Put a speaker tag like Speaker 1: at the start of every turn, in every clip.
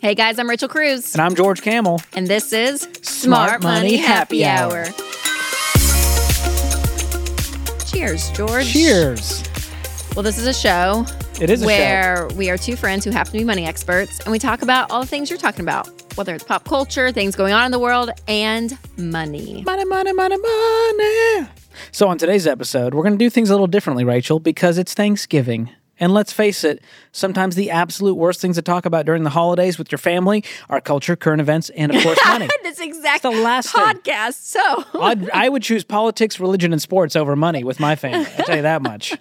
Speaker 1: Hey guys, I'm Rachel Cruz,
Speaker 2: And I'm George Camel.
Speaker 1: and this is Smart Money Happy Hour. Cheers, George.
Speaker 2: Cheers.
Speaker 1: Well, this is a show
Speaker 2: It is a show.
Speaker 1: where we are two friends who happen to be money experts, and we talk about all the things you're talking about, whether it's pop culture, things going on in the world, and money.
Speaker 2: Money, money, money, money. So, on today's episode, we're going to do things a little differently, Rachel, because it's Thanksgiving. And let's face it, sometimes the absolute worst things to talk about during the holidays with your family are culture, current events, and of course, money.
Speaker 1: This exact
Speaker 2: the last thing.
Speaker 1: podcast. So
Speaker 2: I'd, I would choose politics, religion, and sports over money with my family. I'll tell you that much.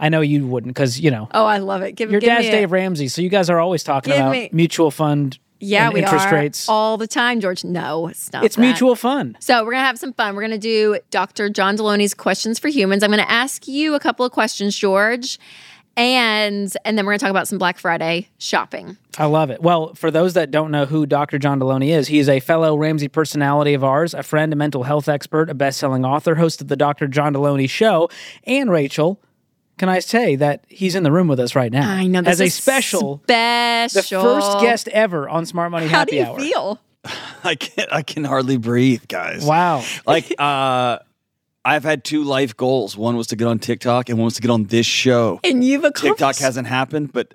Speaker 2: I know you wouldn't because, you know,
Speaker 1: Oh, I love it. Give
Speaker 2: your
Speaker 1: give
Speaker 2: dad's
Speaker 1: me a-
Speaker 2: Dave Ramsey. So, you guys are always talking
Speaker 1: Give
Speaker 2: about
Speaker 1: me-
Speaker 2: mutual fund
Speaker 1: Yeah,
Speaker 2: and
Speaker 1: we
Speaker 2: interest
Speaker 1: are
Speaker 2: rates.
Speaker 1: all the time, George. No, stop.
Speaker 2: it's
Speaker 1: that.
Speaker 2: mutual fund.
Speaker 1: So we're gonna have some fun. We're gonna do Dr. John Deloney's questions for humans. I'm gonna ask you a couple of questions, George, and and then we're gonna talk about some Black Friday shopping.
Speaker 2: I love it. Well, for those that don't know who Dr. John Deloney is, he is a fellow Ramsey personality of ours, a friend, a mental health expert, a best-selling author, host of the Dr. John Deloney Show, and Rachel. Can I say that he's in the room with us right now?
Speaker 1: I know this
Speaker 2: as a
Speaker 1: is
Speaker 2: special, the
Speaker 1: special.
Speaker 2: first guest ever on Smart Money
Speaker 1: How
Speaker 2: Happy
Speaker 1: do you
Speaker 2: Hour.
Speaker 1: feel?
Speaker 3: I can I can hardly breathe, guys.
Speaker 2: Wow,
Speaker 3: Like uh I've had two life goals. One was to get on TikTok and one was to get on this show.
Speaker 1: And you've accomplished.
Speaker 3: TikTok hasn't happened, but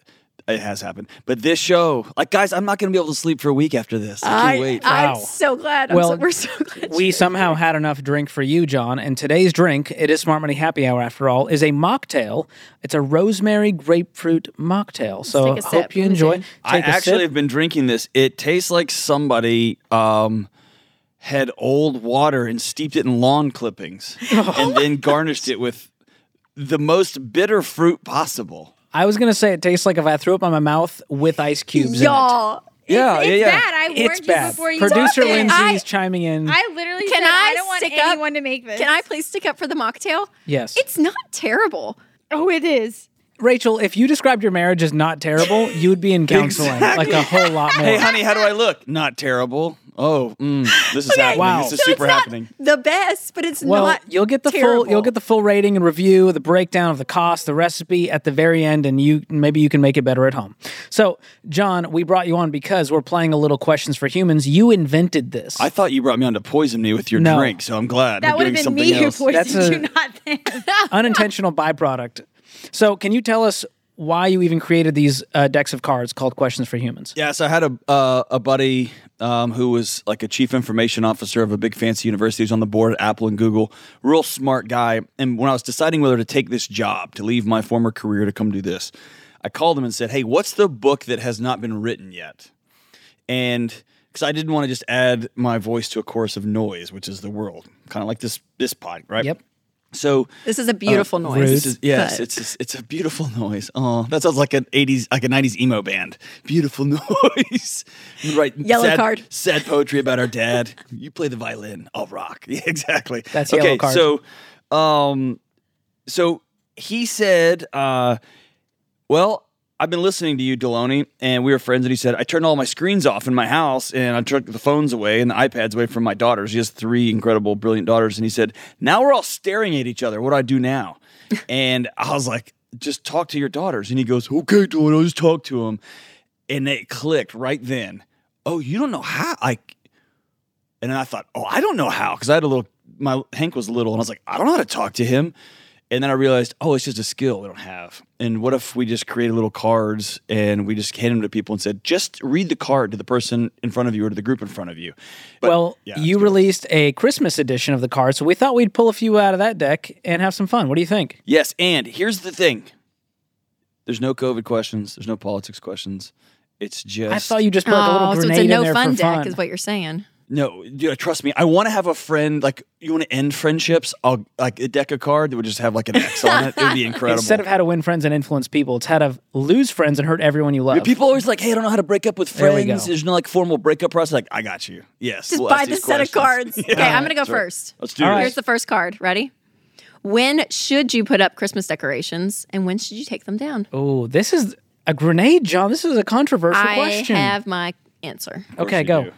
Speaker 3: it has happened. But this show, like guys, I'm not gonna be able to sleep for a week after this. I can't
Speaker 1: I,
Speaker 3: wait.
Speaker 1: I'm
Speaker 2: Wow.
Speaker 1: so glad. I'm
Speaker 2: Well,
Speaker 1: so- we're so glad.
Speaker 2: we somehow had enough drink for you, John. And today's drink, it is Smart Money Happy Hour after all, is a mocktail. It's a rosemary grapefruit mocktail. So
Speaker 1: take a
Speaker 2: hope
Speaker 1: sip.
Speaker 2: you
Speaker 1: Let me
Speaker 2: enjoy.
Speaker 1: see.
Speaker 2: Take
Speaker 3: I
Speaker 2: a
Speaker 3: actually
Speaker 2: sip.
Speaker 3: have been drinking this. It tastes like somebody um had old water and steeped it in lawn clippings and then garnished it with the most bitter fruit possible.
Speaker 2: I was gonna say it tastes like if I threw up on my mouth with ice cubes. in
Speaker 1: y'all.
Speaker 3: Yeah,
Speaker 4: it's,
Speaker 3: yeah,
Speaker 4: it's
Speaker 3: yeah.
Speaker 4: bad. I
Speaker 2: it.
Speaker 4: warned
Speaker 2: it's bad.
Speaker 4: you before you
Speaker 2: Producer
Speaker 4: started.
Speaker 2: Lindsay's
Speaker 4: I,
Speaker 2: chiming in.
Speaker 4: I literally
Speaker 1: Can
Speaker 4: said
Speaker 1: I
Speaker 4: I don't want
Speaker 1: stick up-
Speaker 4: anyone to make this.
Speaker 1: Can I please stick up for the mocktail?
Speaker 2: yes,
Speaker 1: It's not terrible.
Speaker 4: Oh, it is.
Speaker 2: Rachel. If you described your marriage as not terrible, you would be in counseling like a whole lot more.
Speaker 3: Hey, honey, how do I look? Not terrible. Oh, mm, this is happening.
Speaker 2: Wow.
Speaker 3: This is
Speaker 2: So
Speaker 3: super
Speaker 1: it's not
Speaker 3: happening.
Speaker 1: the best, but it's
Speaker 2: well,
Speaker 1: not.
Speaker 2: you'll get the full you'll
Speaker 1: terrible.
Speaker 2: get the full rating and review, the breakdown of the cost, the recipe at the very end, and you maybe you can make it better at home. So, John, we brought you on because we're playing a little questions for humans. You invented this.
Speaker 3: I thought you brought me on to poison me with your
Speaker 2: No.
Speaker 3: drink, so I'm glad
Speaker 4: That
Speaker 3: we're
Speaker 4: would have
Speaker 3: doing
Speaker 4: been
Speaker 3: something
Speaker 4: me
Speaker 3: else.
Speaker 4: who poisoned
Speaker 2: That's a-
Speaker 4: you, not them.
Speaker 2: unintentional byproduct. So, can you tell us why you even created these uh, decks of cards called Questions for Humans?
Speaker 3: Yeah, so I had a uh, a buddy um, who was like a chief information officer of a big fancy university. He was on the board at Apple and Google. Real smart guy. And when I was deciding whether to take this job, to leave my former career to come do this, I called him and said, "Hey, what's the book that has not been written yet?" And because I didn't want to just add my voice to a chorus of noise, which is the world, kind of like this this pod, right?
Speaker 2: Yep.
Speaker 3: So
Speaker 1: This is a beautiful
Speaker 2: Oh,
Speaker 1: noise.
Speaker 3: This is- yes,
Speaker 1: but-
Speaker 3: it's it's a beautiful noise. Oh, that sounds like an '80s, like a '90s emo band. Beautiful noise. right.
Speaker 1: Yellow
Speaker 3: sad,
Speaker 1: card.
Speaker 3: Sad poetry about our dad. you play the violin. I'll rock. Yeah, exactly.
Speaker 2: That's
Speaker 3: okay.
Speaker 2: yellow card.
Speaker 3: So, um, so he said, uh, well. I've been listening to you, Deloney, and we were friends. And he said, I turned all my screens off in my house and I took the phones away and the iPads away from my daughters. He has three incredible, brilliant daughters. And he said, Now we're all staring at each other. What do I do now? and I was like, Just talk to your daughters. And he goes, Okay, Deloney, I'll just talk to them. And it clicked right then. Oh, you don't know how? I. And then I thought, Oh, I don't know how. Cause I had a little, my Hank was little, and I was like, I don't know how to talk to him. And then I realized, oh, it's just a skill we don't have. And what if we just created little cards and we just handed them to people and said, just read the card to the person in front of you or to the group in front of you. But-
Speaker 2: well,
Speaker 3: yeah,
Speaker 2: you released a Christmas edition of the card, so we thought we'd pull a few out of that deck and have some fun. What do you think?
Speaker 3: yes, and here's the thing: there's no COVID questions, there's no politics questions. It's just
Speaker 2: I thought you just put like, a little
Speaker 1: oh, so
Speaker 2: grenade
Speaker 1: it's a
Speaker 2: in
Speaker 1: no
Speaker 2: there
Speaker 1: fun
Speaker 2: for
Speaker 1: deck,
Speaker 2: fun.
Speaker 1: is what you're saying.
Speaker 3: no. dude, trust me, I want to have a friend. Like you want to end friendships? I'll like a deck of card that would just have like an X on it. It would be incredible.
Speaker 2: Instead of how to win friends and influence people, it's how to lose friends and hurt everyone you love.
Speaker 3: People are always like, "Hey, I don't know how to break up with
Speaker 2: There we
Speaker 3: friends."
Speaker 2: go.
Speaker 3: There's no like formal breakup process. Like, I got you. Yes,
Speaker 1: Just
Speaker 3: we'll
Speaker 1: buy
Speaker 3: ask
Speaker 1: the
Speaker 3: these
Speaker 1: set of
Speaker 3: questions.
Speaker 1: cards. Okay, I'm going to go
Speaker 3: Sure.
Speaker 1: first.
Speaker 3: Let's do
Speaker 2: All
Speaker 3: this.
Speaker 2: right.
Speaker 1: Here's the first card. Ready? When should you put up Christmas decorations and when should you take them down?
Speaker 2: oh, this is a grenade, John. This is a controversial
Speaker 1: I
Speaker 2: question.
Speaker 1: have my answer.
Speaker 2: okay,
Speaker 3: you
Speaker 2: go.
Speaker 3: do.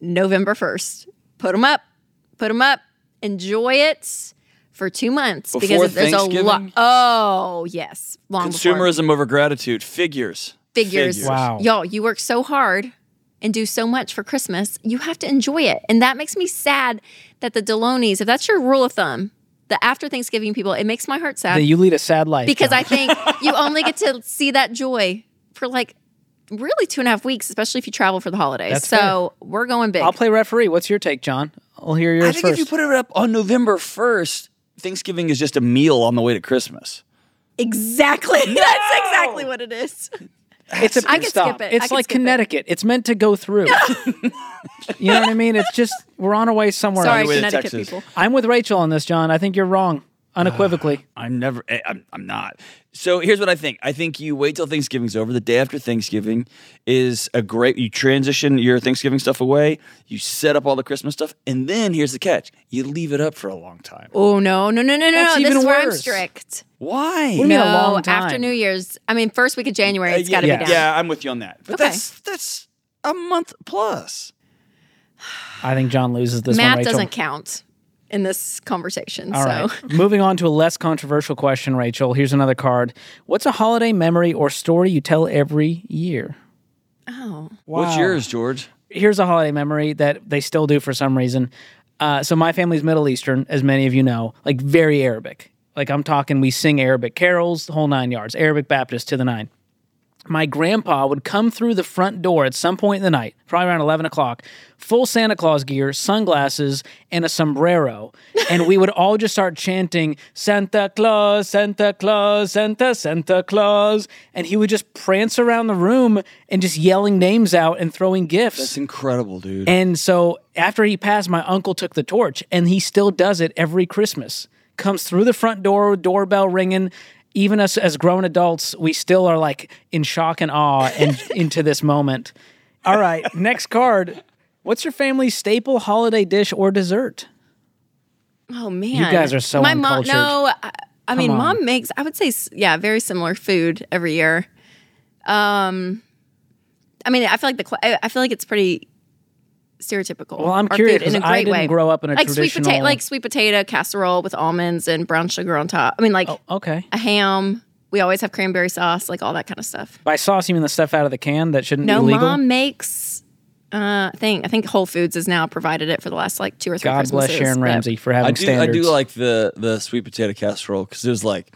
Speaker 1: November 1st. Put them up. Put them up. Enjoy it for two months
Speaker 3: Before
Speaker 1: because there's a lot.
Speaker 3: Thanksgiving?
Speaker 1: Oh, yes. Long before.
Speaker 3: Consumerism over gratitude. Figures.
Speaker 1: figures.
Speaker 2: Wow.
Speaker 1: Y'all, you work so hard and do so much for Christmas, you have to enjoy it. And that makes me sad that the Delonies, if that's your rule of thumb, the after Thanksgiving people, it makes my heart sad
Speaker 2: That you lead a sad life.
Speaker 1: because
Speaker 2: John.
Speaker 1: I think you only get to see that joy for like really two and a half weeks, especially if you travel for the holidays.
Speaker 2: That's
Speaker 1: so we're going big.
Speaker 2: I'll play referee. What's your take, John? I'll hear yours
Speaker 3: I think
Speaker 2: first.
Speaker 3: if you put it up on November 1st, Thanksgiving is just a meal on the way to Christmas.
Speaker 1: exactly. That's exactly what it is.
Speaker 2: it's a
Speaker 1: I can
Speaker 2: stop.
Speaker 1: skip it. I
Speaker 2: It's
Speaker 1: can
Speaker 2: like
Speaker 1: skip it.
Speaker 2: Connecticut. It's meant to go through. you know what I mean? It's just we're on our way somewhere.
Speaker 1: Sorry,
Speaker 3: the way to
Speaker 1: Connecticut
Speaker 3: Texas.
Speaker 1: people.
Speaker 2: I'm with Rachel on this, John. I think you're wrong unequivocally.
Speaker 3: I'm never. I- I'm. I'm not. So here's what I think. I think you wait till Thanksgiving's over. The day after Thanksgiving is a great. You transition your Thanksgiving stuff away. You set up all the Christmas stuff, and then here's the catch: you leave it up for a long time.
Speaker 1: Oh no, no, no, no, no.
Speaker 2: That's
Speaker 1: this
Speaker 2: even
Speaker 1: is where I'm
Speaker 2: worse.
Speaker 1: strict.
Speaker 3: Why?
Speaker 2: do you mean a
Speaker 1: no,
Speaker 2: long time?
Speaker 1: after New Year's. I mean, first week of January,
Speaker 3: Uh,
Speaker 1: it's got to
Speaker 3: yeah,
Speaker 1: be down.
Speaker 3: yeah, I'm with you on that. But
Speaker 1: Okay.
Speaker 3: that's that's a month plus.
Speaker 2: I think John loses this one.
Speaker 1: Math
Speaker 2: Rachel.
Speaker 1: doesn't count in this conversation.
Speaker 2: All
Speaker 1: so
Speaker 2: right. Moving on to a less controversial question, Rachel. Here's another card. What's a holiday memory or story you tell every year?
Speaker 1: oh,
Speaker 3: What's yours, George?
Speaker 2: here's a holiday memory that they still do for some reason. Uh, so my family's Middle Eastern, as many of you know, like very Arabic. Like I'm talking, we sing Arabic carols, the whole nine yards, Arabic Baptist to the nine. My grandpa would come through the front door at some point in the night, probably around 11 o'clock, full Santa Claus gear, sunglasses, and a sombrero. And we would all just start chanting, Santa Claus, Santa Claus, Santa, Santa Claus. And he would just prance around the room and just yelling names out and throwing gifts.
Speaker 3: It's incredible, dude.
Speaker 2: And so after he passed, my uncle took the torch, and he still does it every Christmas. Comes through the front door, doorbell ringing. Even us as grown adults, we still are like in shock and awe and into this moment. All right, next card. What's your family's staple holiday dish or dessert?
Speaker 1: oh man,
Speaker 2: guys are so
Speaker 1: my mom.
Speaker 2: uncultured.
Speaker 1: No, I, I mean,
Speaker 2: on.
Speaker 1: mom makes. I would say, s- yeah, very similar food every year. Um, I mean, I feel like the. cl- I I feel like it's pretty stereotypical.
Speaker 2: Well, I'm
Speaker 1: our
Speaker 2: curious,
Speaker 1: food in a
Speaker 2: 'cause I
Speaker 1: great
Speaker 2: didn't
Speaker 1: way.
Speaker 2: grow up in a
Speaker 1: like sweet
Speaker 2: traditional-
Speaker 1: potato, like sweet potato casserole with almonds and brown sugar on top. I mean,
Speaker 2: Oh.
Speaker 1: like
Speaker 2: Okay.
Speaker 1: a ham. We always have cranberry sauce, like all that kind of stuff.
Speaker 2: By sauce, you mean the stuff out of the can that shouldn't
Speaker 1: No,
Speaker 2: be legal?
Speaker 1: mom makes. Uh, thing I think Whole Foods has now provided it for the last like two or three.
Speaker 2: God bless
Speaker 1: Christmases,
Speaker 2: Sharon
Speaker 1: but-
Speaker 2: Ramsey for having
Speaker 3: I do.
Speaker 2: standards.
Speaker 3: I do like the the sweet potato casserole because there's like,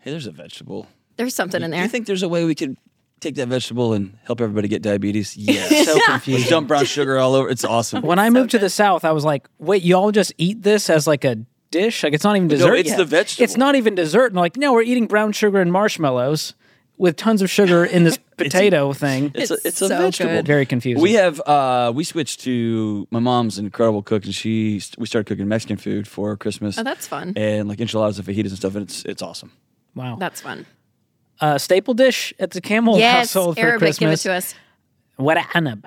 Speaker 3: hey, there's a vegetable.
Speaker 1: There's something in
Speaker 3: Do
Speaker 1: there.
Speaker 3: you think there's a way we could take that vegetable and help everybody get diabetes? Yes.
Speaker 2: so confusing.
Speaker 3: Just dump brown sugar all over. It's awesome.
Speaker 2: when I moved to the South, I was like, wait, y'all just eat this as like a dish? Like it's not even dessert.
Speaker 3: it's
Speaker 2: yet.
Speaker 3: the vegetable.
Speaker 2: It's not even dessert. And they're like, no, we're eating brown sugar and marshmallows with tons of sugar in this potato thing.
Speaker 1: It's
Speaker 3: It's, a, it's a
Speaker 1: so
Speaker 3: vegetable.
Speaker 1: good.
Speaker 2: Very confusing.
Speaker 3: We have uh, we switched to my mom's an incredible cook, and she we started cooking Mexican food for Christmas.
Speaker 1: Oh, that's fun.
Speaker 3: and like enchiladas and fajitas and stuff, and it's it's awesome.
Speaker 2: wow.
Speaker 1: That's fun.
Speaker 2: uh, staple dish at the Camel
Speaker 1: Yes,
Speaker 2: household for
Speaker 1: Arabic, give it
Speaker 2: Christmas.
Speaker 1: to us.
Speaker 2: Wada anab.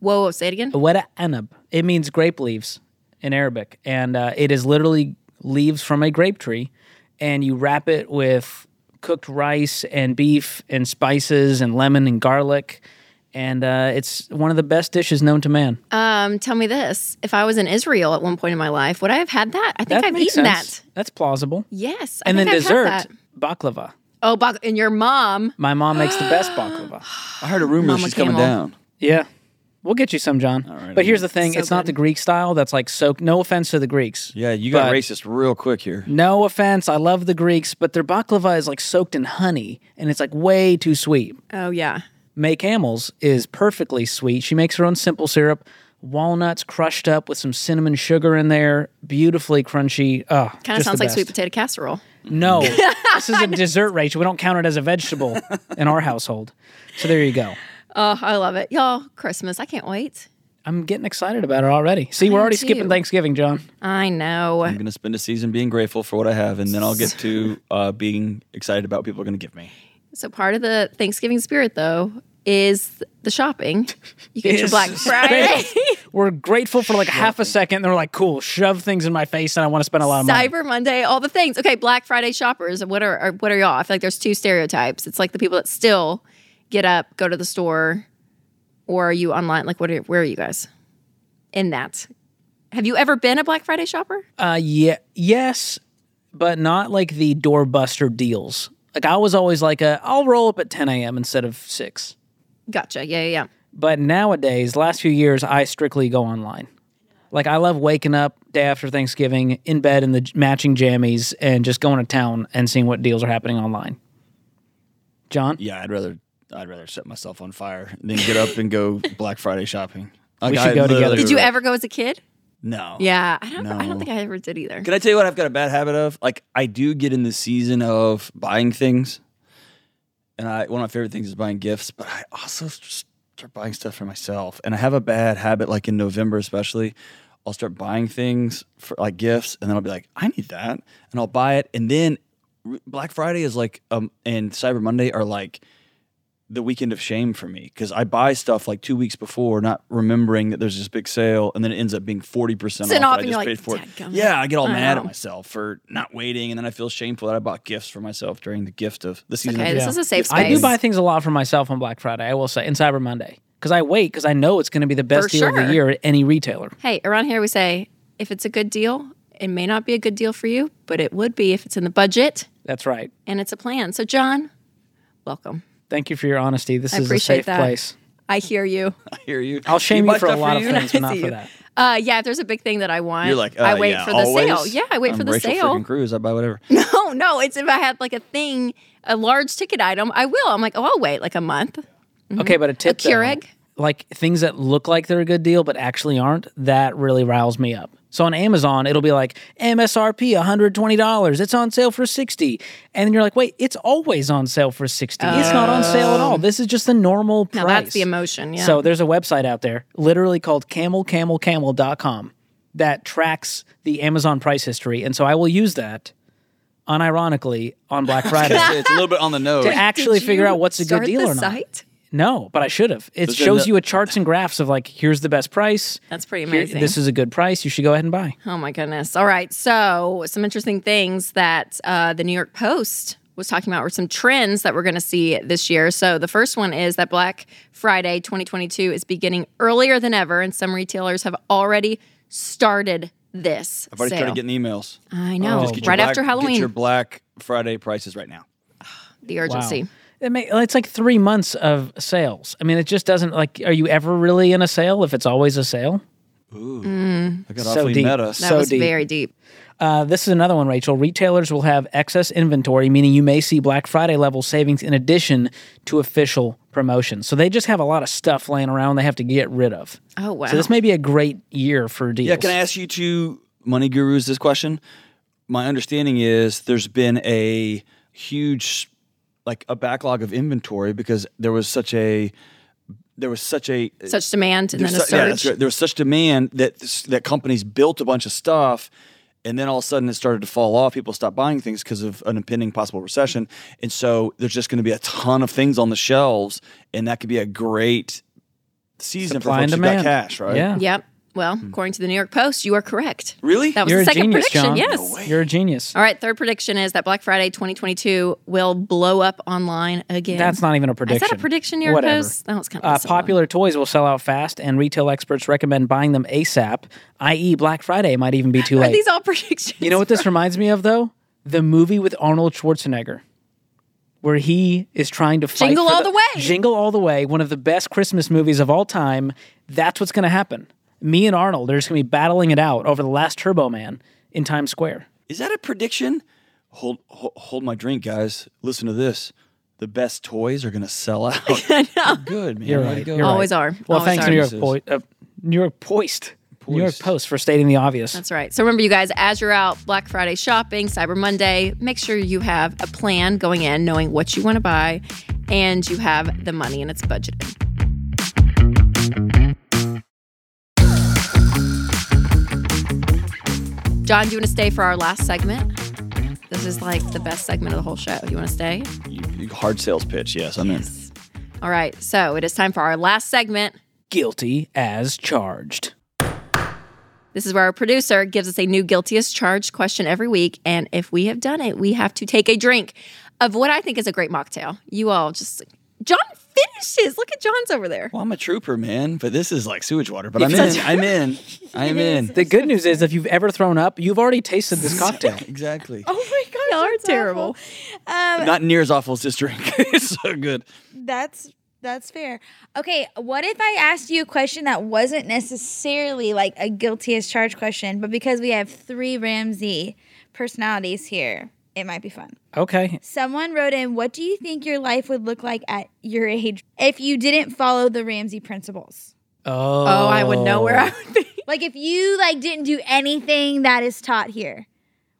Speaker 1: Whoa, whoa, say it again.
Speaker 2: Wada anab. It means grape leaves in Arabic, and uh, it is literally leaves from a grape tree, and you wrap it with cooked rice and beef and spices and lemon and garlic, and uh, it's one of the best dishes known to man.
Speaker 1: Um, tell me this: If I was in Israel at one point in my life, would I have had that? I think I've
Speaker 2: makes
Speaker 1: eaten
Speaker 2: sense.
Speaker 1: that.
Speaker 2: That's plausible.
Speaker 1: Yes, I
Speaker 2: And then
Speaker 1: think I've had
Speaker 2: dessert,
Speaker 1: that.
Speaker 2: baklava.
Speaker 1: Oh, bak- and your mom.
Speaker 2: My mom makes the best baklava.
Speaker 3: I heard a rumor
Speaker 1: Mama
Speaker 3: she's coming
Speaker 1: Camel.
Speaker 3: down.
Speaker 2: Yeah. We'll get you some, John.
Speaker 3: right,
Speaker 2: but
Speaker 3: I
Speaker 2: here's the thing:
Speaker 1: So
Speaker 2: it's not
Speaker 1: good.
Speaker 2: the Greek style. That's like so. No offense to the Greeks.
Speaker 3: Yeah, you got
Speaker 2: But-
Speaker 3: racist real quick here.
Speaker 2: No offense, I love the Greeks, but their baklava is like soaked in honey and it's like way too sweet.
Speaker 1: Oh yeah.
Speaker 2: May Camel's is perfectly sweet. She makes her own simple syrup, walnuts crushed up with some cinnamon sugar in there, beautifully crunchy. Oh,
Speaker 1: Kind of sounds like sweet potato casserole.
Speaker 2: No, this is a dessert, Rachel. We don't count it as a vegetable in our household. So there you go.
Speaker 1: Oh, I love it, y'all. Christmas, I can't wait.
Speaker 2: I'm getting excited about it already. See, we're
Speaker 1: am
Speaker 2: already
Speaker 1: too.
Speaker 2: skipping Thanksgiving, John.
Speaker 1: I know.
Speaker 3: I'm gonna spend a season being grateful for what I have, and then I'll get to uh, being excited about what people are gonna give me.
Speaker 1: So part of the Thanksgiving spirit, though, is the shopping. You get your
Speaker 2: Is
Speaker 1: Black Friday,
Speaker 2: We're grateful for like half a second. And then we're like, cool, shove things in my face and I want to spend a lot of money.
Speaker 1: Cyber Monday, all the things. Okay, Black Friday shoppers. What are, are what are y'all? I feel like there's two stereotypes. It's like the people that still get up, go to the store, or are you online? Like, what? Are, where are you guys in that? Have you ever been a Black Friday shopper?
Speaker 2: Uh, yeah, yes, but not like the doorbuster deals. Like I was always like, a, I'll roll up at 10 a.m. instead of six.
Speaker 1: Gotcha. Yeah, yeah, yeah.
Speaker 2: But nowadays, last few years, I strictly go online. Like I love waking up day after Thanksgiving in bed in the j- matching jammies and just going to town and seeing what deals are happening online. John,
Speaker 3: Yeah, I'd rather I'd rather set myself on fire than get up and go Black Friday shopping. Like,
Speaker 2: We should
Speaker 3: I
Speaker 2: go together.
Speaker 3: literally-
Speaker 1: Did you ever go as a kid?
Speaker 3: No.
Speaker 1: Yeah, I don't. I
Speaker 3: No.
Speaker 1: don't think I ever did either.
Speaker 3: Can I tell you what I've got a bad habit of? Like I do get in the season of buying things, and I one of my favorite things is buying gifts. But I also s- start buying stuff for myself, and I have a bad habit. Like in November, especially, I'll start buying things for like gifts, and then I'll be like, I need that, and I'll buy it, and then r- Black Friday is like, um, and Cyber Monday are like. The weekend of shame for me because I buy stuff like two weeks before, not remembering that there's this big sale, and then it ends up being forty percent off.
Speaker 1: Sitting
Speaker 3: that
Speaker 1: off
Speaker 3: I
Speaker 1: and
Speaker 3: just
Speaker 1: you're like,
Speaker 3: paid for it.
Speaker 1: "Dadgummit."
Speaker 3: Yeah, I get all
Speaker 1: I
Speaker 3: mad
Speaker 1: know.
Speaker 3: at myself for not waiting, and then I feel shameful that I bought gifts for myself during the gift of the season.
Speaker 1: Okay,
Speaker 3: of
Speaker 1: this
Speaker 3: gifts.
Speaker 1: is a safe space.
Speaker 2: I do buy things a lot for myself on Black Friday. I will say, and Cyber Monday because I wait because I know it's going to be the
Speaker 1: For
Speaker 2: best deal of
Speaker 1: sure.
Speaker 2: the year at any retailer.
Speaker 1: hey, around here we say if it's a good deal, it may not be a good deal for you, but it would be if it's in the budget
Speaker 2: That's right.
Speaker 1: and it's a plan. So, John, welcome.
Speaker 2: Thank you for your honesty. This
Speaker 1: I
Speaker 2: is a
Speaker 1: appreciate
Speaker 2: safe
Speaker 1: that.
Speaker 2: place.
Speaker 1: I hear you.
Speaker 3: I hear you.
Speaker 2: I'll shame you,
Speaker 3: buy
Speaker 2: for a
Speaker 3: stuff
Speaker 2: lot of
Speaker 3: you?
Speaker 2: things, but not
Speaker 1: see
Speaker 2: for
Speaker 1: you.
Speaker 2: that.
Speaker 1: Uh, yeah, if there's a big thing that I want,
Speaker 3: You're like, uh,
Speaker 1: I wait
Speaker 3: yeah,
Speaker 1: for the
Speaker 3: always.
Speaker 1: sale. Yeah, I wait
Speaker 3: I'm
Speaker 1: for the
Speaker 3: Rachel
Speaker 1: sale.
Speaker 3: freaking Cruz. I buy whatever.
Speaker 1: No, no, it's if I had like a thing, a large ticket item, I will. I'm like, oh, I'll wait like a month.
Speaker 2: Okay, but a tip. though,
Speaker 1: Mm-hmm. Keurig?
Speaker 2: like things that look like they're a good deal but actually aren't, that really riles me up. So on Amazon, it'll be like MSRP $120. It's on sale for 60. And then you're like, "Wait, it's always on sale for 60. It's not on sale at all. This is just the normal price."
Speaker 1: Oh. Now that's the emotion. Yeah.
Speaker 2: So there's a website out there, literally called camelcamelcamel.com that tracks the Amazon price history. And so I will use that unironically on Black Friday.
Speaker 3: it's a little bit on the nose.
Speaker 2: to actually
Speaker 1: Did
Speaker 2: figure
Speaker 1: you
Speaker 2: out what's a
Speaker 1: start
Speaker 2: good deal
Speaker 1: the
Speaker 2: or not.
Speaker 1: Site?
Speaker 2: No, but I should have. It
Speaker 3: But then
Speaker 2: shows
Speaker 3: the-
Speaker 2: you a charts and graphs of like, here's the best price.
Speaker 1: That's pretty
Speaker 2: Here-
Speaker 1: amazing.
Speaker 2: this is a good price. You should go ahead and buy.
Speaker 1: Oh my goodness. All right. So, some interesting things that uh, the New York Post was talking about were some trends that we're going to see this year. So, the first one is that Black Friday 2022 is beginning earlier than ever, and some retailers have already started this.
Speaker 3: I've already
Speaker 1: sale.
Speaker 3: started getting emails.
Speaker 1: I know.
Speaker 2: Just
Speaker 1: right
Speaker 3: Get your
Speaker 1: after
Speaker 3: Black-
Speaker 1: Halloween,
Speaker 3: Get your Black Friday prices right now.
Speaker 1: the urgency.
Speaker 2: It may, it's like three months of sales. I mean, it just doesn't like. Are you ever really in a sale if it's always a sale?
Speaker 3: I got
Speaker 2: So
Speaker 3: awfully
Speaker 2: deep.
Speaker 3: meta.
Speaker 1: That
Speaker 2: So
Speaker 1: was
Speaker 2: deep.
Speaker 1: very deep.
Speaker 2: Uh, this is another one, Rachel. Retailers will have excess inventory, meaning you may see Black Friday level savings in addition to official promotions. So they just have a lot of stuff laying around they have to get rid of.
Speaker 1: Oh, wow.
Speaker 2: So this may be a great year for deals.
Speaker 3: Yeah, can I ask you two money gurus this question? My understanding is there's been a huge like a backlog of inventory because there was such a there was such a
Speaker 1: Such demand and then
Speaker 3: there's
Speaker 1: a
Speaker 3: su- yeah, that's
Speaker 1: surge.
Speaker 3: right. there was such demand that s- that companies built a bunch of stuff, and then all of a sudden it started to fall off. People stopped buying things because of an impending possible recession, and so there's just going to be a ton of things on the shelves, and that could be a great season
Speaker 2: Supply
Speaker 3: for
Speaker 2: and
Speaker 3: folks who got
Speaker 2: demand.
Speaker 3: cash, right?
Speaker 2: Yeah.
Speaker 1: Yep. Well, according to the New York Post, you are correct.
Speaker 3: Really?
Speaker 1: That was
Speaker 2: You're
Speaker 1: the
Speaker 2: a
Speaker 1: second
Speaker 2: genius,
Speaker 1: prediction.
Speaker 2: John.
Speaker 1: Yes. Oh,
Speaker 2: You're a genius.
Speaker 1: All right, third prediction is that Black Friday 2022 will blow up online again.
Speaker 2: That's not even a
Speaker 1: Is
Speaker 2: prediction.
Speaker 1: that a prediction you're
Speaker 2: Whatever.
Speaker 1: post? That was kind of
Speaker 2: Uh, popular toys will sell out fast, and retail experts recommend buying them ASAP, i.e., Black Friday might even be too
Speaker 1: Are
Speaker 2: late.
Speaker 1: these all predictions?
Speaker 2: you know what this reminds me of, though? The movie with Arnold Schwarzenegger, where he is trying to fight
Speaker 1: Jingle
Speaker 2: for
Speaker 1: All the Way.
Speaker 2: Jingle All the Way, one of the best Christmas movies of all time. That's what's going to happen. Me and Arnold are just going to be battling it out over the last Turbo Man in Times Square.
Speaker 3: Is that a prediction? Hold, hold hold my drink, guys. Listen to this. The best toys are going to sell out. Good man.
Speaker 2: You're
Speaker 3: Way to
Speaker 2: right.
Speaker 3: go.
Speaker 2: You're
Speaker 1: Always
Speaker 2: right.
Speaker 1: are.
Speaker 2: Well,
Speaker 1: Always
Speaker 2: thanks
Speaker 1: are.
Speaker 2: New York,
Speaker 3: Jesus.
Speaker 2: po- uh, New York Poist. New York
Speaker 3: Poist.
Speaker 2: Post for stating the obvious.
Speaker 1: That's right. So remember, you guys, as you're out Black Friday shopping, Cyber Monday, make sure you have a plan going in, knowing what you want to buy, and you have the money and it's budgeted. John, do you want to stay for our last segment? This is like the best segment of the whole show. You want to stay?
Speaker 3: You, you hard sales pitch. Yes, I'm in.
Speaker 1: All right. So it is time for our last segment.
Speaker 2: guilty as charged.
Speaker 1: This is where our producer gives us a new guiltiest charge question every week. And if we have done it, we have to take a drink of what I think is a great mocktail. You all just, John finishes. Look at John's over there.
Speaker 3: Well, I'm a trooper, man, but this is like sewage water. But I'm in. I'm in. I'm in.
Speaker 2: The good news is, if you've ever thrown up, you've already tasted this cocktail.
Speaker 3: Exactly.
Speaker 4: Oh my gosh,
Speaker 1: Y'all are
Speaker 4: that's
Speaker 1: terrible.
Speaker 4: awful. Um,
Speaker 3: Not near as awful as this drink. it's so good.
Speaker 4: that's
Speaker 5: That's fair. Okay, what if I asked you a question that wasn't necessarily like a guilty as charged question, but because we have three Ramsey personalities here, it might be fun.
Speaker 2: Okay.
Speaker 5: Someone wrote in, What do you think your life would look like at your age if you didn't follow the Ramsey principles?
Speaker 2: Oh.
Speaker 1: Oh, I would know where I would be.
Speaker 5: Like if you like didn't do anything that is taught here,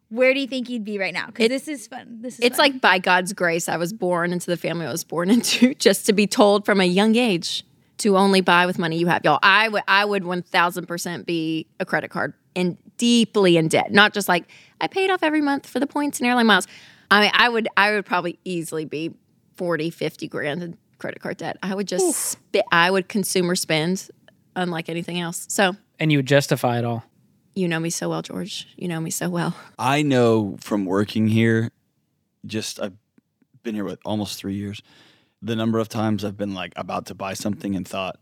Speaker 5: where do you think you'd be right now? Because
Speaker 1: It-
Speaker 5: this is fun. This is
Speaker 1: It's
Speaker 5: fun.
Speaker 1: like by God's grace, I was born into the family I was born into, just to be told from a young age to only buy with money you have, y'all. I would, I would one thousand percent be a credit card and deeply in debt. Not just like I paid off every month for the points and airline miles. I mean, I would, I would probably easily be 40, 50 grand in credit card debt. I would just, spit, I would consumer spend, unlike anything else. So
Speaker 2: And you would justify it all.
Speaker 1: you know me so well, George. You know me so well.
Speaker 3: I know from working here, just I've been here what almost three years. The number of times I've been like about to buy something and thought,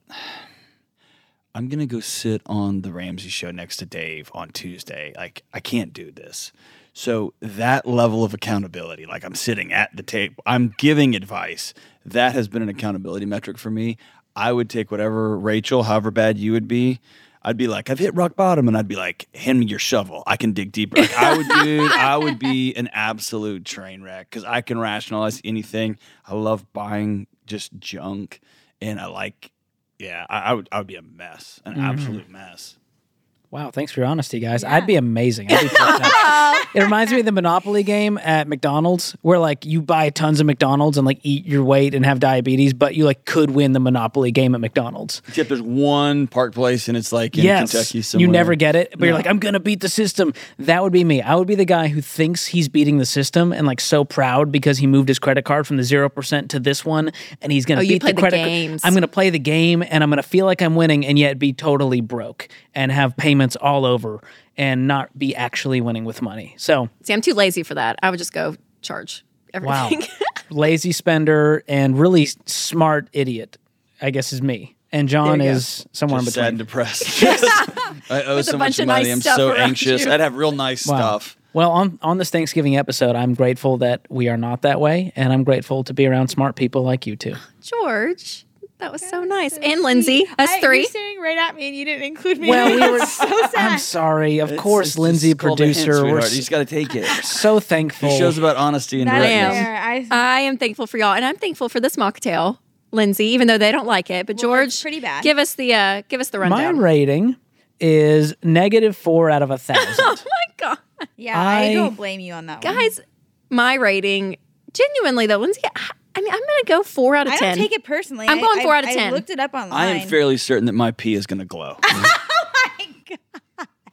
Speaker 3: I'm gonna go sit on the Ramsey show next to Dave on Tuesday. Like I can't do this. So that level of accountability, like I'm sitting at the table, I'm giving advice. That has been an accountability metric for me. I would take whatever Rachel, however bad you would be. I'd be like, I've hit rock bottom, and I'd be like, hand me your shovel. I can dig deeper. Like, I would, dude, I would be an absolute train wreck because I can rationalize anything. I love buying just junk, and I like yeah, I, I would I would be a mess,
Speaker 2: Mm-hmm.
Speaker 3: an absolute mess.
Speaker 2: Wow, thanks for your honesty, guys. I'd be amazing. I'd be fucked up. it reminds me of the Monopoly game at McDonald's, where like you buy tons of McDonald's and like eat your weight and have diabetes, but you like could win the Monopoly game at McDonald's.
Speaker 3: Except there's one park place, and it's like in
Speaker 2: yes,
Speaker 3: Kentucky somewhere.
Speaker 2: you never get it, but you're
Speaker 3: No.
Speaker 2: like, I'm gonna beat the system. That would be me. I would be the guy who thinks he's beating the system and like so proud because he moved his credit card from the zero percent to this one, and he's gonna
Speaker 1: Oh, you
Speaker 2: beat
Speaker 1: play the
Speaker 2: the credit. card.
Speaker 1: games.
Speaker 2: I'm gonna play the game, and I'm gonna feel like I'm winning, and yet be totally broke and have payments all over, and not be actually winning with money. So
Speaker 1: See, I'm too lazy for that. I would just go charge
Speaker 2: wow,
Speaker 1: everything.
Speaker 2: lazy spender and really smart idiot, I guess is me. And John
Speaker 1: There you go.
Speaker 2: is somewhere
Speaker 3: Just
Speaker 2: in
Speaker 3: sad
Speaker 2: between.
Speaker 3: and depressed. I owe
Speaker 1: With a
Speaker 3: so
Speaker 1: bunch
Speaker 3: much
Speaker 1: of
Speaker 3: money.
Speaker 1: nice
Speaker 3: I'm
Speaker 1: stuff
Speaker 3: so
Speaker 1: around
Speaker 3: anxious.
Speaker 1: you.
Speaker 3: I'd have real nice stuff.
Speaker 2: Well, on, on this Thanksgiving episode, I'm grateful that we are not that way, and I'm grateful to be around smart people like you two.
Speaker 1: George. That was so nice. and Lindsay, us
Speaker 5: I-
Speaker 1: three.
Speaker 5: You're staring right at me and you didn't include me.
Speaker 2: Well, we were.
Speaker 5: so sad.
Speaker 2: I'm sorry. Of
Speaker 3: It's-
Speaker 2: course,
Speaker 3: it's
Speaker 2: Lindsay,
Speaker 3: just called a hint,
Speaker 2: producer. We're
Speaker 3: sweetheart.
Speaker 2: s-
Speaker 3: You just got to take it.
Speaker 2: so thankful.
Speaker 3: He shows about honesty and
Speaker 5: That
Speaker 1: am.
Speaker 5: is
Speaker 3: directness.
Speaker 5: fair. I,
Speaker 1: I am thankful for y'all, and I'm thankful for this mocktail, Lindsay. Even though they don't like it, but
Speaker 5: Well, it's
Speaker 1: George,
Speaker 5: pretty bad.
Speaker 1: Give us the uh, give us the
Speaker 2: My
Speaker 1: rundown.
Speaker 2: rating is negative four out of a thousand.
Speaker 1: my God,
Speaker 5: yeah, I,
Speaker 2: I-
Speaker 5: don't blame you on that one.
Speaker 1: guys, my rating genuinely though, Lindsay. I, I mean, I'm gonna go four out of
Speaker 5: I
Speaker 1: ten.
Speaker 5: don't take it personally.
Speaker 1: I'm
Speaker 5: I-
Speaker 1: going
Speaker 5: I-
Speaker 1: four out of
Speaker 5: I
Speaker 1: 10.
Speaker 5: looked it up online.
Speaker 3: I am fairly certain that my pee is going to glow.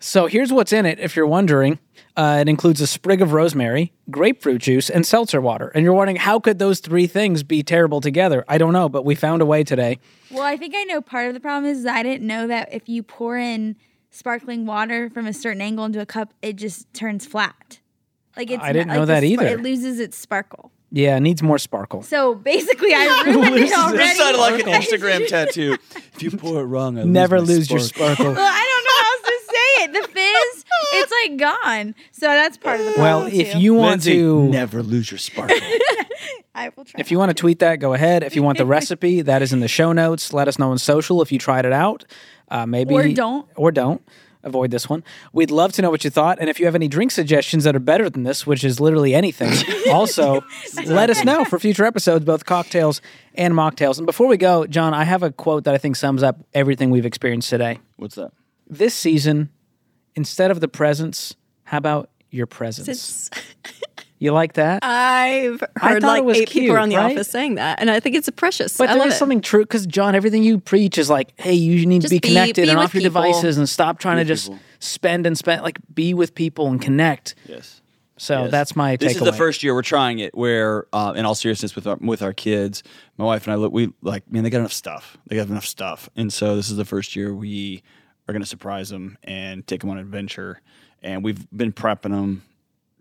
Speaker 2: so here's what's in it, if you're wondering. Uh, it includes a sprig of rosemary, grapefruit juice, and seltzer water. And you're wondering, how could those three things be terrible together? I don't know, but we found a way today.
Speaker 5: Well, I think I know part of the problem is I didn't know that if you pour in sparkling water from a certain angle into a cup, it just turns flat. Like it's
Speaker 2: I didn't
Speaker 5: not-
Speaker 2: know
Speaker 5: like the
Speaker 2: that
Speaker 5: spar-
Speaker 2: either.
Speaker 5: It loses its sparkle.
Speaker 2: Yeah, it needs more sparkle.
Speaker 5: So basically, I ruined it already.
Speaker 3: That sounded like an Instagram tattoo. If you pour it wrong, I
Speaker 2: Never lose
Speaker 3: lose, my
Speaker 2: your
Speaker 3: spark.
Speaker 2: sparkle.
Speaker 5: well, I don't know how else to say it. The fizz, it's like gone. So that's part of the problem.
Speaker 2: Well, if
Speaker 5: too.
Speaker 2: you want
Speaker 3: Lindsay,
Speaker 2: to
Speaker 3: never lose your sparkle.
Speaker 5: I will try.
Speaker 2: If you want to tweet that, go ahead. If you want the recipe, that is in the show notes. Let us know on social if you tried it out. Uh, maybe
Speaker 5: Or don't.
Speaker 2: or don't. Avoid this one. We'd love to know what you thought, and if you have any drink suggestions that are better than this, which is literally anything, also let us know for future episodes, both cocktails and mocktails. And before we go, John, I have a quote that I think sums up everything we've experienced today.
Speaker 3: What's that?
Speaker 2: This season, instead of the presence, how about your presence? You like that?
Speaker 1: I've
Speaker 2: I
Speaker 1: heard
Speaker 2: thought it
Speaker 1: like
Speaker 2: was
Speaker 1: eight people
Speaker 2: cute,
Speaker 1: around the
Speaker 2: right?
Speaker 1: office saying that, and I think it's a precious.
Speaker 2: But
Speaker 1: I
Speaker 2: there
Speaker 1: love
Speaker 2: is
Speaker 1: it.
Speaker 2: something true because John, everything you preach is like, hey, you need
Speaker 1: Just
Speaker 2: to be
Speaker 1: be-
Speaker 2: connected
Speaker 1: be
Speaker 2: and
Speaker 1: with
Speaker 2: off your
Speaker 1: people.
Speaker 2: devices and stop trying to just
Speaker 3: people.
Speaker 2: spend and spend. Like, be with people and connect.
Speaker 3: Yes.
Speaker 2: So
Speaker 3: Yes.
Speaker 2: that's my
Speaker 3: This
Speaker 2: takeaway.
Speaker 3: is the first year we're trying it. Where, uh, in all seriousness, with our, with our kids, my wife and I look. We like, man, they got enough stuff. They got enough stuff, and so this is the first year we are going to surprise them and take them on an adventure. And we've been prepping them.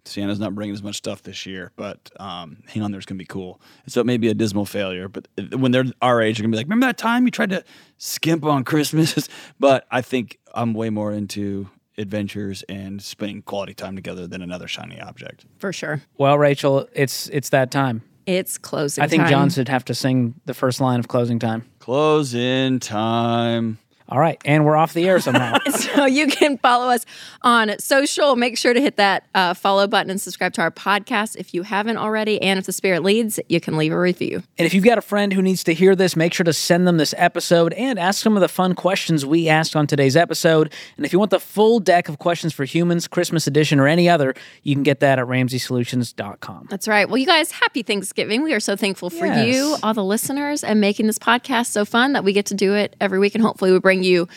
Speaker 3: Sienna's not bringing as much stuff this year, but um, hang on, there's going to be cool. And so it may be a dismal failure, but when they're our age, they're going to be like, remember that time you tried to skimp on Christmas? but I think I'm way more into adventures and spending quality time together than another shiny object.
Speaker 1: for sure.
Speaker 2: Well, Rachel, it's it's that time.
Speaker 1: It's closing.
Speaker 2: I think
Speaker 1: time.
Speaker 2: John should have to sing the first line of closing time.
Speaker 3: Close in time.
Speaker 2: All right, and we're off the air somehow.
Speaker 1: So you can follow us on social. Make sure to hit that uh, follow button and subscribe to our podcast if you haven't already. And if the spirit leads, you can leave a review.
Speaker 2: And if you've got a friend who needs to hear this, make sure to send them this episode and ask some of the fun questions we asked on today's episode. And if you want the full deck of questions for humans, Christmas edition, or any other, you can get that at ramseysolutions.com.
Speaker 1: That's right. Well, you guys, happy Thanksgiving. We are so thankful for
Speaker 2: Yes.
Speaker 1: you, all the listeners, and making this podcast so fun that we get to do it every week. And hopefully, we bring you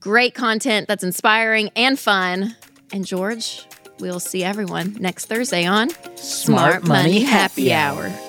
Speaker 1: great content that's inspiring and fun. And George, we'll see everyone next Thursday on
Speaker 2: Smart Money Happy Hour.
Speaker 1: Hour.